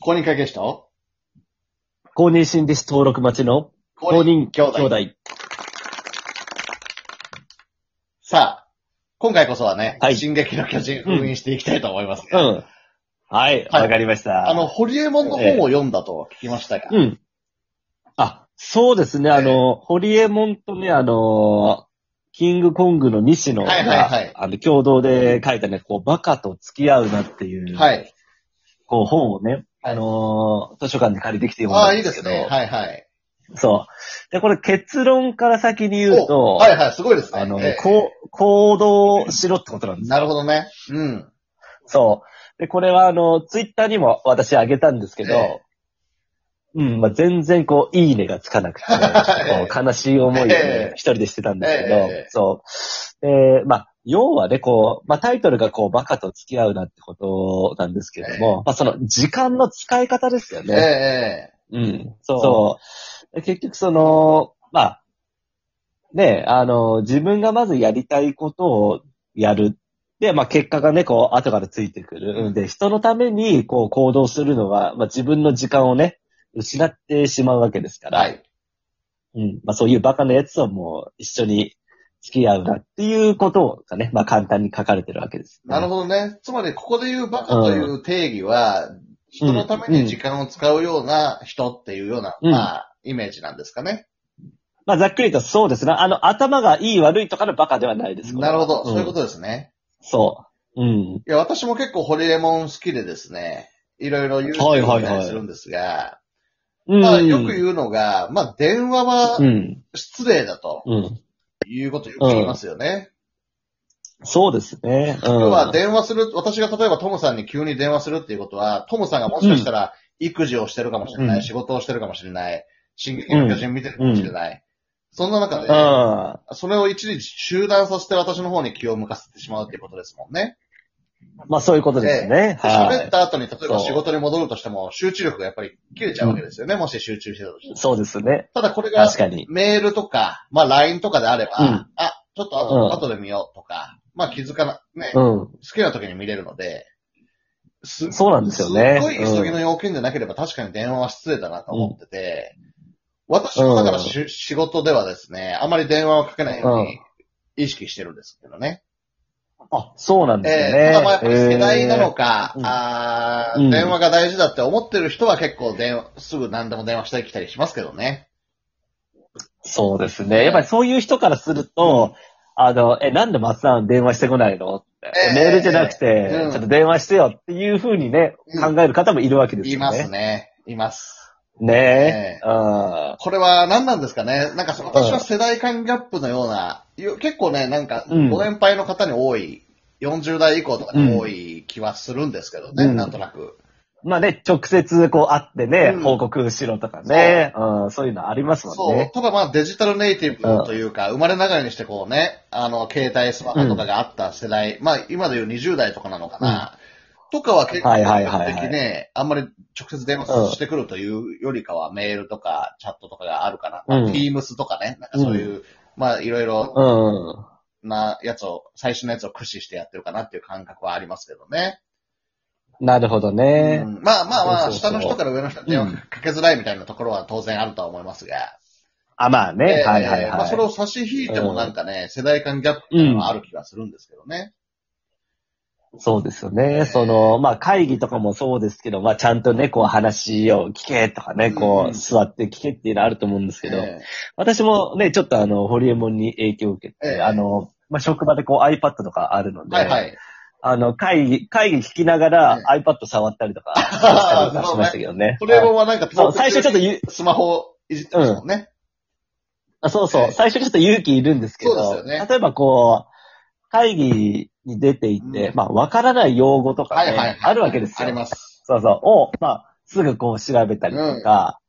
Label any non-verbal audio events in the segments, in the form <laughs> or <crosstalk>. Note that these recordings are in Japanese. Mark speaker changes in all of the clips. Speaker 1: 公認会計士と
Speaker 2: 公認心理師登録待ちの公認兄弟。
Speaker 1: さあ、今回こそはね、
Speaker 2: はい
Speaker 1: 進撃の巨人封印していきたいと思います。
Speaker 2: うん。はい、わ、かりました。
Speaker 1: あの、、ホリエモンの本を読んだと聞きましたが、
Speaker 2: うん。あ、そうですね、あの、ホリエモンとね、あの、キングコングの西野が、
Speaker 1: はいはいはい
Speaker 2: あの、共同で書いたね、こう、バカと付き合うなっていう、
Speaker 1: はい。
Speaker 2: こう、本をね、あの図書館で借りてきて読ん
Speaker 1: あ
Speaker 2: だ
Speaker 1: あ、
Speaker 2: ん
Speaker 1: い
Speaker 2: で
Speaker 1: いです
Speaker 2: け
Speaker 1: す
Speaker 2: ど、
Speaker 1: ね。はいはい。
Speaker 2: そう。で、これ結論から先に言うと、
Speaker 1: おはいはい、すごいですね。
Speaker 2: あの、
Speaker 1: ええ
Speaker 2: こう行動しろってことなんですよ
Speaker 1: なるほどね。うん。
Speaker 2: そう。で、これはあの、ツイッターにも私あげたんですけど、
Speaker 1: え
Speaker 2: うん、まあ、全然こう、いいねがつかな
Speaker 1: <laughs>
Speaker 2: くて、
Speaker 1: ええ
Speaker 2: こう悲しい思いを
Speaker 1: ええ
Speaker 2: ね、一人でしてたんですけど、
Speaker 1: ええ
Speaker 2: そう。えーまあ、要はね、こう、まあ、タイトルがこう、バカと付き合うなってことなんですけども、まあ、その、時間の使い方ですよ
Speaker 1: ええ
Speaker 2: ね。
Speaker 1: え
Speaker 2: うん、そう。そう結局その、まあ、ね、あの、自分がまずやりたいことをやる。で、まあ結果がね、こう、後からついてくる。うんで、人のために、こう、行動するのは、まあ自分の時間をね、失ってしまうわけですか
Speaker 1: え
Speaker 2: ら、
Speaker 1: はい。
Speaker 2: うん。まあそういうバカなやつをもう一緒に付き合うなっていうことがね、まあ簡単に書かれてるわけです、
Speaker 1: なる
Speaker 2: ほ
Speaker 1: ほどね。つまり、ここで言うバカという定義は、人のために時間を使うような人っていうような、
Speaker 2: うん
Speaker 1: まあ、イメージなんですかね。
Speaker 2: まあざっくりとそうですね。あの、頭がいい悪いとかのバカではないです。これ
Speaker 1: な
Speaker 2: は
Speaker 1: るほど。
Speaker 2: ん
Speaker 1: そういうことですね。
Speaker 2: そう。うん。
Speaker 1: いや、私も結構ホリエモン好きでですね、いろいろ YouTube を見たりするんですが、
Speaker 2: うん
Speaker 1: まあ、よく言うのが、まあ、電話は
Speaker 2: うん。
Speaker 1: 失礼だと
Speaker 2: うん。
Speaker 1: いうことをよく言いますよね。
Speaker 2: そうですね。うん。
Speaker 1: 要は、電話する、私が例えばトムさんに急に電話するっていうことは、トムさんがもしかしたら育児をしてるかもしれない、
Speaker 2: うん
Speaker 1: 仕事をしてるかもしれない、進撃の巨人見てるかもしれない。そんな中で、
Speaker 2: うん。
Speaker 1: それを一時中断させて私の方に気を向かせてしまうっていうことですもんね。
Speaker 2: まあそういうことですね。
Speaker 1: で
Speaker 2: は
Speaker 1: 喋っ
Speaker 2: い。
Speaker 1: た後に、例えば
Speaker 2: そう
Speaker 1: 仕事に戻るとしても、集中力がやっぱり切れちゃうわけですよね、もし集中してたとしても。
Speaker 2: そうですね。
Speaker 1: ただこれが
Speaker 2: 確、かに。
Speaker 1: メールとか、まあ LINE とかであれば、
Speaker 2: うん
Speaker 1: あ、ちょっと後,、
Speaker 2: うん
Speaker 1: 後で見ようとか、まあ気づかな、ね、
Speaker 2: う
Speaker 1: 好
Speaker 2: ん。
Speaker 1: きな時に見れるので、す
Speaker 2: そうなんですよね
Speaker 1: すごい急ぎ
Speaker 2: う
Speaker 1: の要件でなければ確かに電話は失礼だなと思ってて、私もだからし、仕事ではですね、あまり電話をかけないように意識してるんですけどね。
Speaker 2: あ、そうなんですよ
Speaker 1: え
Speaker 2: ね。
Speaker 1: えただまあやっぱり世代なのか、
Speaker 2: ええ
Speaker 1: あー
Speaker 2: うん
Speaker 1: 電話が大事だって思ってる人は結構電話、すぐ何でも電話したり来たりしますけどね。
Speaker 2: そうですね。やっぱりそういう人からすると、あの、え、なんで松さん電話してこないのって
Speaker 1: ええ
Speaker 2: メールじゃなくて
Speaker 1: ええうん、
Speaker 2: ちょっと電話してよっていうふうにね、
Speaker 1: う
Speaker 2: 考える方もいるわけです
Speaker 1: い
Speaker 2: よね。
Speaker 1: ますね。います。
Speaker 2: ねえ。うん
Speaker 1: これは何なんですかねなんかその私は世代間ギャップのような、よ結構ね、なんか
Speaker 2: うん
Speaker 1: ご年配の方に多い、40代以降とかに多い気はするんですけどね、
Speaker 2: うん
Speaker 1: なんとなく。
Speaker 2: まあね、直接こう会ってね、
Speaker 1: うん
Speaker 2: 報告しろとかね、うん、そういうのありますもん
Speaker 1: そう
Speaker 2: ね。。
Speaker 1: ただまあデジタルネイティブというか、生まれながらにしてこうね、あの、携帯スマホとかがあった世代、まあ今でいう20代とかなのかな、とかは結構
Speaker 2: は
Speaker 1: 比
Speaker 2: いはいはい
Speaker 1: 較
Speaker 2: はい
Speaker 1: 的ね、あんまり直接電話してくるというよりかは、メールとかチャットとかがあるから、
Speaker 2: うん
Speaker 1: まあ Teams とかね、なんかそういう、まあいろいろ
Speaker 2: うん。
Speaker 1: なやつを、最新のやつを駆使してやってるかなっていう感覚はありますけどね。
Speaker 2: なるほどね。
Speaker 1: うんまあまあま
Speaker 2: そ
Speaker 1: あ、
Speaker 2: うそう
Speaker 1: 下
Speaker 2: そう
Speaker 1: の人から上の人に電話かけづらいみたいなところは当然あるとは思いますが。
Speaker 2: あ、まあね。
Speaker 1: えー
Speaker 2: はいはいはい。
Speaker 1: まあそれを差し引いてもなんかね、世代間ギャップっていうのはある気がするんですけどね。
Speaker 2: そうですよね。その、まあ会議とかもそうですけど、まあちゃんとね、こう話を聞けとかね、
Speaker 1: うんう
Speaker 2: こ
Speaker 1: ん
Speaker 2: う座って聞けっていうのあると思うんですけど、
Speaker 1: え
Speaker 2: 私もね、ちょっとあの、ホリエモンに影響を受けて、
Speaker 1: ええ
Speaker 2: あの、まあ職場でこう iPad とかあるの
Speaker 1: ー
Speaker 2: で、
Speaker 1: はいはい。
Speaker 2: あの、会議、会議聞きながら iPad 触ったりとか、
Speaker 1: <laughs> あー
Speaker 2: したりとかしましたけどね。
Speaker 1: これもはなんか、
Speaker 2: そう、最初ちょっとゆ、
Speaker 1: スマホいじってますもんね。
Speaker 2: あそう
Speaker 1: え
Speaker 2: そ
Speaker 1: え
Speaker 2: う、最初ちょっと勇気いるんですけど、
Speaker 1: そうですよね
Speaker 2: 例えばこう、会議に出ていって、
Speaker 1: うん
Speaker 2: まあ、わからない用語とか
Speaker 1: は
Speaker 2: ね、
Speaker 1: いはいはい。
Speaker 2: あるわけですよ。
Speaker 1: あります。
Speaker 2: そうそう、を、まあ、すぐこう調べたりとか、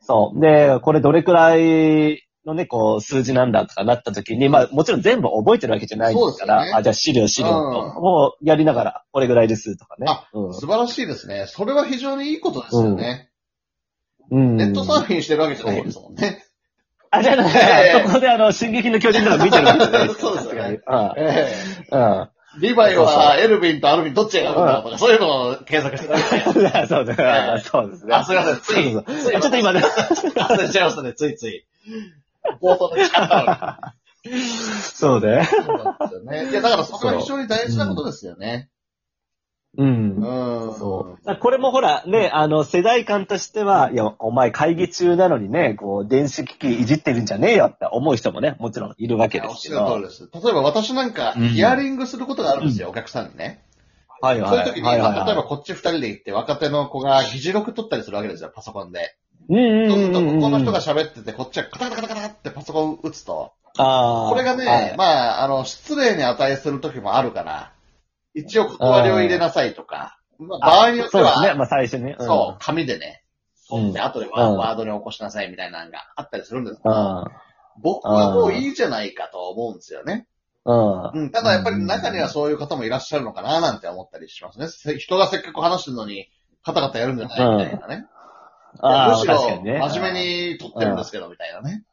Speaker 2: そう。で、これどれくらいのね、こう、数字なんだとかなった時に、まあ、もちろん全部覚えてるわけじゃないですから、
Speaker 1: そうですよね
Speaker 2: あ、じゃあ資料資料と、
Speaker 1: う
Speaker 2: をやりながら、これぐらいですとかね。
Speaker 1: あ
Speaker 2: うん
Speaker 1: 素晴らしいですね。それは非常にいいことですよね。
Speaker 2: うん。
Speaker 1: ネットサーフィンしてるわけじゃないですもんね。
Speaker 2: あ、じゃあ、
Speaker 1: ええ <laughs>
Speaker 2: そこであの、進撃の巨人とか見てるわけじゃないですか。
Speaker 1: そうですよね
Speaker 2: さがにうん
Speaker 1: ええ
Speaker 2: うん
Speaker 1: リヴァイはエルヴィンとアルヴィンどっち選ぶんだとか、そういうのを検索してたんですよ。
Speaker 2: そうですね。そうです
Speaker 1: <laughs>
Speaker 2: ね。
Speaker 1: あ、すいません、つい、
Speaker 2: そうそう
Speaker 1: つい
Speaker 2: ちょっと今ね
Speaker 1: 忘れちゃいましたね、ついつい。冒頭で使った
Speaker 2: そうね。
Speaker 1: のに。そうなんですよね。いや、だからそこは非常に大事なことですよね。
Speaker 2: う。
Speaker 1: うんん。
Speaker 2: そう。だからこれもほら、ね、あの、世代間としては、いや、お前会議中なのにね、こう、電子機器いじってるんじゃねえよって思う人もね、もちろんいるわ
Speaker 1: い
Speaker 2: け
Speaker 1: や
Speaker 2: で
Speaker 1: おっ
Speaker 2: す
Speaker 1: し
Speaker 2: け
Speaker 1: ゃる通り
Speaker 2: ど。
Speaker 1: です。例えば私なんか、
Speaker 2: うん
Speaker 1: ヒアリングすることがあるんですよ、お客さんにね。
Speaker 2: はい
Speaker 1: そう
Speaker 2: はいい。
Speaker 1: う時に、
Speaker 2: はいはい
Speaker 1: 例えばこっち二人で行って、若手の子が議事録取ったりするわけですよ、パソコンで。
Speaker 2: うんうん
Speaker 1: そう
Speaker 2: う
Speaker 1: する
Speaker 2: ん
Speaker 1: と、
Speaker 2: うん。
Speaker 1: ここの人が喋ってて、こっちはカタカタカタカタってパソコン打つと、
Speaker 2: ああ。
Speaker 1: これがね、
Speaker 2: はい
Speaker 1: まあ、あの、失礼に値する時もあるから、一応断りを入れなさいとか、まあ、場合によって
Speaker 2: そうですね。
Speaker 1: は、
Speaker 2: まあ最初ね。ん
Speaker 1: そう、紙でね、取って後でワ
Speaker 2: うん
Speaker 1: ワードに起こしなさいみたいなのがあったりするんですけ
Speaker 2: う
Speaker 1: ど、
Speaker 2: ん。
Speaker 1: 僕はもういいじゃないかと思うんですよね。
Speaker 2: うん。
Speaker 1: うん、ただやっぱり中にはそういう方もいらっしゃるのかななんて思ったりしますね。せ人がせっかく話してるのに、カタカタやるんじゃないみたいなね。
Speaker 2: あ
Speaker 1: む
Speaker 2: あ、
Speaker 1: し
Speaker 2: 確か
Speaker 1: ろ、
Speaker 2: にね。
Speaker 1: 真面目に撮ってるんですけど、みたいなね。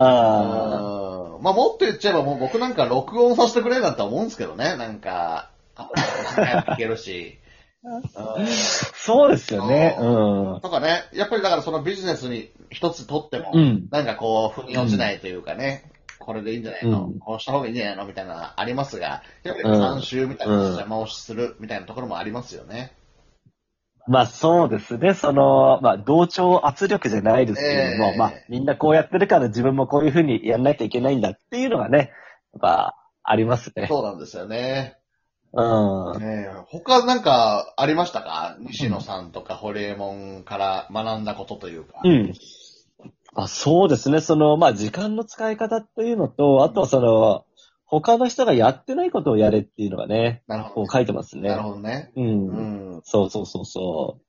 Speaker 2: あ
Speaker 1: うんまあもっと言っちゃえばもう僕なんか録音させてくれなんて思うんですけどね、なんか、あ早く聞けるし。うん
Speaker 2: あ。 <laughs> そうですよね。
Speaker 1: う
Speaker 2: うん。
Speaker 1: とかね、やっぱりだからそのビジネスに一つ撮っても、
Speaker 2: うん。
Speaker 1: なんかこう、腑に落ちないというかね、これでいいんじゃないの、
Speaker 2: うん
Speaker 1: こうした方がいいんじゃないのみたいなのありますが、やっぱり監修みたいな
Speaker 2: うん
Speaker 1: 邪魔をするみたいなところもありますよね。
Speaker 2: まあそうですね。その、まあ同調圧力じゃないですけれども、
Speaker 1: ええ
Speaker 2: まあみんなこうやってるから自分もこういうふうにやんないといけないんだっていうのがね、やっぱありますね。
Speaker 1: そうなんですよね。
Speaker 2: うん。
Speaker 1: ねえ他なんかありましたか西野さんとかホリエモンから学んだことというか。
Speaker 2: うん。あそうですね。その、まあ、時間の使い方というのと、あとはその、他の人がやってないことをやれっていうのがね、
Speaker 1: なるほ
Speaker 2: こ
Speaker 1: ど
Speaker 2: う。書いてますね。
Speaker 1: なるほどね。
Speaker 2: う。
Speaker 1: うんん。
Speaker 2: そうそうそうそう。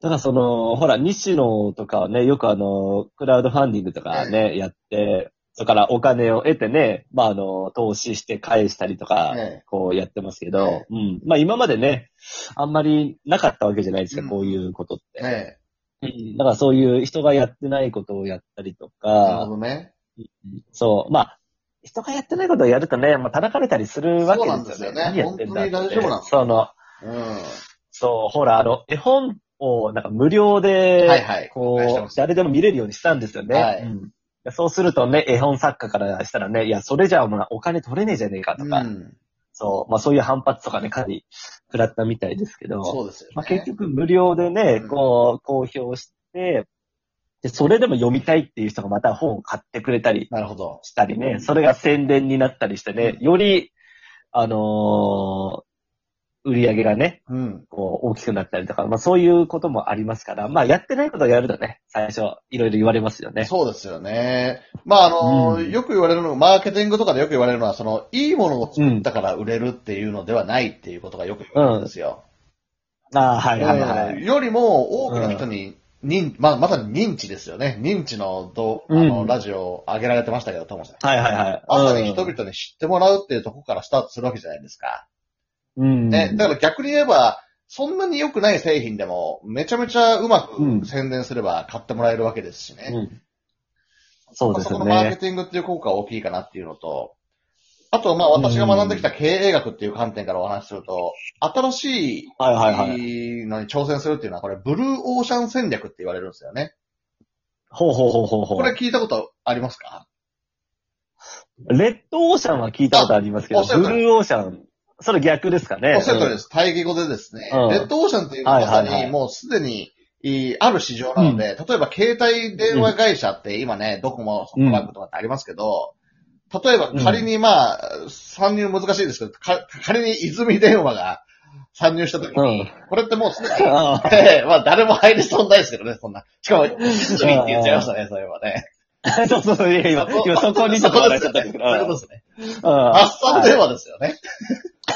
Speaker 2: だからその、ほら、西野とかはね、よくあの、クラウドファンディングとかね、やって、だからお金を得てね、まああの、投資して返したりとか、
Speaker 1: ええ
Speaker 2: こうやってますけ
Speaker 1: え
Speaker 2: ど、うん。まあ今までね、あんまりなかったわけじゃないですか、
Speaker 1: うん
Speaker 2: こういうことって。
Speaker 1: え
Speaker 2: だからそういう人がやってないことをやったりと
Speaker 1: えなるほ
Speaker 2: か、
Speaker 1: どね。
Speaker 2: そう、まあ、人がやってないことをやるとね、まあ叩かれたりするわけです
Speaker 1: そ
Speaker 2: よね。
Speaker 1: うなんですよね
Speaker 2: 何やってんだって
Speaker 1: 本当に大丈夫なの
Speaker 2: その、
Speaker 1: うん。
Speaker 2: そう、ほら、あの、絵本をなんか無料で、
Speaker 1: はいはいお願いし
Speaker 2: こ
Speaker 1: ま
Speaker 2: う
Speaker 1: す、
Speaker 2: 誰でも見れるようにしたんですよね。
Speaker 1: はい
Speaker 2: うんそうするとね、絵本作家からしたらね、いや、それじゃあまあお金取れねえじゃねえかとか、
Speaker 1: うん。
Speaker 2: そう、まあそういう反発とかね、かなり食らったみたいですけど。
Speaker 1: そうですよね。
Speaker 2: まあ、結局無料でね
Speaker 1: うん、
Speaker 2: こう、公表して、で、それでも読みたいっていう人がまた本を買ってくれたり
Speaker 1: なるほど。
Speaker 2: したりね、それが宣伝になったりしてね、より、あのー売り上げがね、
Speaker 1: うん。
Speaker 2: こう、大きくなったりとか、まあそういうこともありますから、まあやってないことをやるとね、最初、いろいろ言われますよね。
Speaker 1: そうですよね。まあ、あの、
Speaker 2: うん
Speaker 1: よく言われるの、マーケティングとかでよく言われるのは、その、いいものを作ったから売れるっていうのではないっていうことがよく言われるんですよ。
Speaker 2: ああ、はいはいは
Speaker 1: うん
Speaker 2: い。
Speaker 1: よりも、多くの人に、認まあ、まさに認知ですよね。認知のどうあの、
Speaker 2: うん
Speaker 1: ラジオを上げられてましたけど、ともさん。
Speaker 2: はいはいはい。
Speaker 1: まさに人
Speaker 2: うん
Speaker 1: 々に知ってもらうっていうところからスタートするわけじゃないですか。
Speaker 2: うん。
Speaker 1: ね。だから逆に言えば、そんなに良くない製品でも、めちゃめちゃうまく宣伝すれば買ってもらえるわけですしね。
Speaker 2: うんそうです
Speaker 1: そ
Speaker 2: よ
Speaker 1: このマーケ
Speaker 2: ね。
Speaker 1: ティングっていう効果は大きいかなっていうのと、あと、まあ、私が学んできた経営学っていう観点からお話しすると、新しい
Speaker 2: はいはいはい。
Speaker 1: のに挑戦するっていうのは、これ、ブルーオーシャン戦略って言われるんですよね。
Speaker 2: ほうほうほうほうほう。
Speaker 1: これ聞いたことありますか
Speaker 2: レッドオーシャンは聞いたことありますけ
Speaker 1: あ
Speaker 2: ど、
Speaker 1: おっしゃる
Speaker 2: ブ
Speaker 1: 通り
Speaker 2: ルーオーシャン、それ逆ですかね。
Speaker 1: おっしゃる通り
Speaker 2: うん
Speaker 1: です。対義語でですね、
Speaker 2: うん
Speaker 1: レッドオーシャンっていうのはまさ
Speaker 2: はいはい
Speaker 1: に
Speaker 2: はい
Speaker 1: もうすでに、いいある市場なので、例えば携帯電話会社って今ね、ドコモ、ソフトバンクとかってありますけど、例えば仮にまあ、参入難しいですけど、か仮に泉電話が参入した時に、
Speaker 2: うん。
Speaker 1: これってもうすでに、
Speaker 2: あー
Speaker 1: ええまあ誰も入りそうにないですけどね、そんな。しかも、泉って言っちゃいましたね、それはね。
Speaker 2: <laughs> そうそうそう、いや今、今そこにちょっと
Speaker 1: そう
Speaker 2: 笑
Speaker 1: で
Speaker 2: っちゃ
Speaker 1: すね。そういう
Speaker 2: ったんですけど。
Speaker 1: ことですね。
Speaker 2: うん
Speaker 1: あっさん電話ですよね。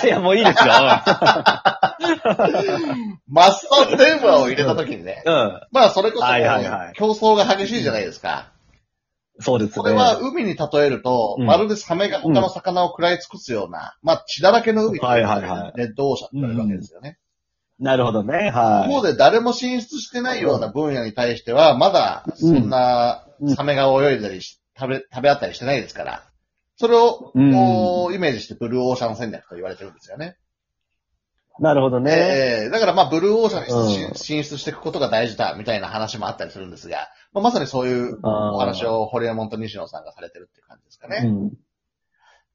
Speaker 2: いや、もういいですよ。
Speaker 1: マッサン電話を入れた時にね。
Speaker 2: うん
Speaker 1: <laughs>
Speaker 2: うん。
Speaker 1: まあ、それこそ、
Speaker 2: はいはいはい
Speaker 1: 競争が激しいじゃないですか。
Speaker 2: そうです
Speaker 1: こ
Speaker 2: ね。
Speaker 1: れは海に例えると、
Speaker 2: うん
Speaker 1: まるでサメが他の魚を食らい尽くすような、まあ、血だらけの海というのが
Speaker 2: はいはいはい
Speaker 1: レッドオーシャンと言われるわけですよね。
Speaker 2: なるほどね。は
Speaker 1: 一方
Speaker 2: い。
Speaker 1: で誰も進出してないような分野に対しては、まだ、そんな
Speaker 2: うん
Speaker 1: サメが泳いだりし、食べ、食べあったりしてないですから。それを、
Speaker 2: うん
Speaker 1: こうイメージしてブルーオーシャン戦略と言われてるんですよね。
Speaker 2: なるほどね。
Speaker 1: ええだからまあ、ブルーオーシャンに進
Speaker 2: うん
Speaker 1: 進出していくことが大事だ、みたいな話もあったりするんですが、まあ、まさにそういう
Speaker 2: あー
Speaker 1: お話をホリエモンと西野さんがされてるっていう感じですかね。
Speaker 2: うん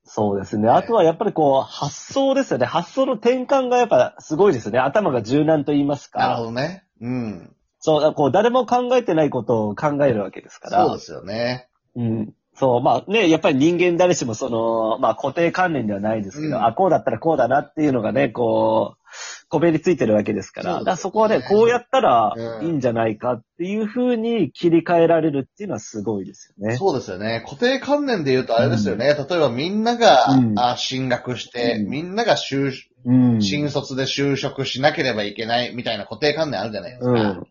Speaker 2: そうですね。あとはやっぱりこう、発想ですよね。発想の転換がやっぱすごいですね。頭が柔軟と言います
Speaker 1: なるほ
Speaker 2: か。
Speaker 1: どね。うん。
Speaker 2: そう、だからこう、誰も考えてないことを考えるわけですから。
Speaker 1: そうですよね。
Speaker 2: うん。そう、まあね、やっぱり人間誰しもその、まあ固定観念ではないですけど、
Speaker 1: うん
Speaker 2: あ、こうだったらこうだなっていうのがね、こう、こべりついてるわけですか
Speaker 1: そう
Speaker 2: ら、
Speaker 1: ですね
Speaker 2: だからそこはね、こうやったら
Speaker 1: うん
Speaker 2: いいんじゃないかっていうふうに切り替えられるっていうのはすごいですよね。
Speaker 1: そうですよね。固定観念で言うとあれですよね。例えばみんなが、
Speaker 2: うん
Speaker 1: あ進学して、
Speaker 2: うん
Speaker 1: みんなが就
Speaker 2: うん。
Speaker 1: 新卒で就職しなければいけないみたいな固定観念あるじゃないですか。
Speaker 2: うん。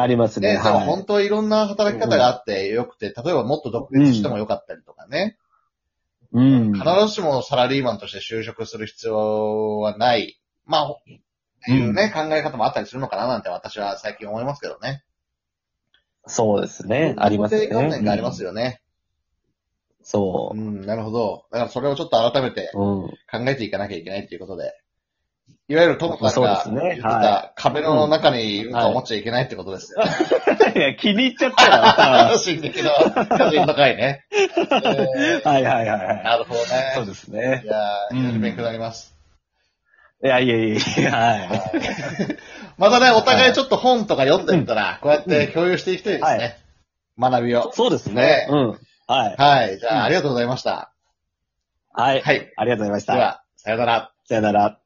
Speaker 2: あります
Speaker 1: ね、
Speaker 2: ね。
Speaker 1: でも
Speaker 2: は
Speaker 1: 本当はいろんな働き方があってよくて、例えばもっと独立してもよかったりとかね、
Speaker 2: い。うん。
Speaker 1: 必ずしもサラリーマンとして就職する必要はない。まあ、っていうね、考え方もあったりするのかななんて私は最近思いますけどね。
Speaker 2: そうですね。ありますね。
Speaker 1: 固定観念があります
Speaker 2: よ。
Speaker 1: よね。
Speaker 2: そうう。
Speaker 1: ん、なるほど。だからそれをちょっと改めて
Speaker 2: うん。
Speaker 1: 考えていかなきゃいけないっていうことで、いわゆるトモさん
Speaker 2: そうで
Speaker 1: が
Speaker 2: す
Speaker 1: 言っ
Speaker 2: ね
Speaker 1: て
Speaker 2: は
Speaker 1: た壁の中にいると思っちゃいけないってことですよね。
Speaker 2: <laughs> いや、気に入っちゃったらさ
Speaker 1: 楽しいんだけど、
Speaker 2: <laughs>
Speaker 1: 巨人の回ね。えー
Speaker 2: はいはいはいは
Speaker 1: なるほど
Speaker 2: い。そう
Speaker 1: ね。
Speaker 2: ですね
Speaker 1: い。やー、非常に勉強になります。
Speaker 2: いやいやいやいや、はい。
Speaker 1: またね、お互いちょっと本とか読んでみたら、こうやって共有していきたいですね。学びを。
Speaker 2: そうです
Speaker 1: ね
Speaker 2: ね。うん。はい。
Speaker 1: はい。じゃ
Speaker 2: うん
Speaker 1: あ、ありがとうございました。
Speaker 2: はい。
Speaker 1: はい。
Speaker 2: ありがとうございまし
Speaker 1: で
Speaker 2: た。
Speaker 1: は、さようなら。
Speaker 2: さよなら。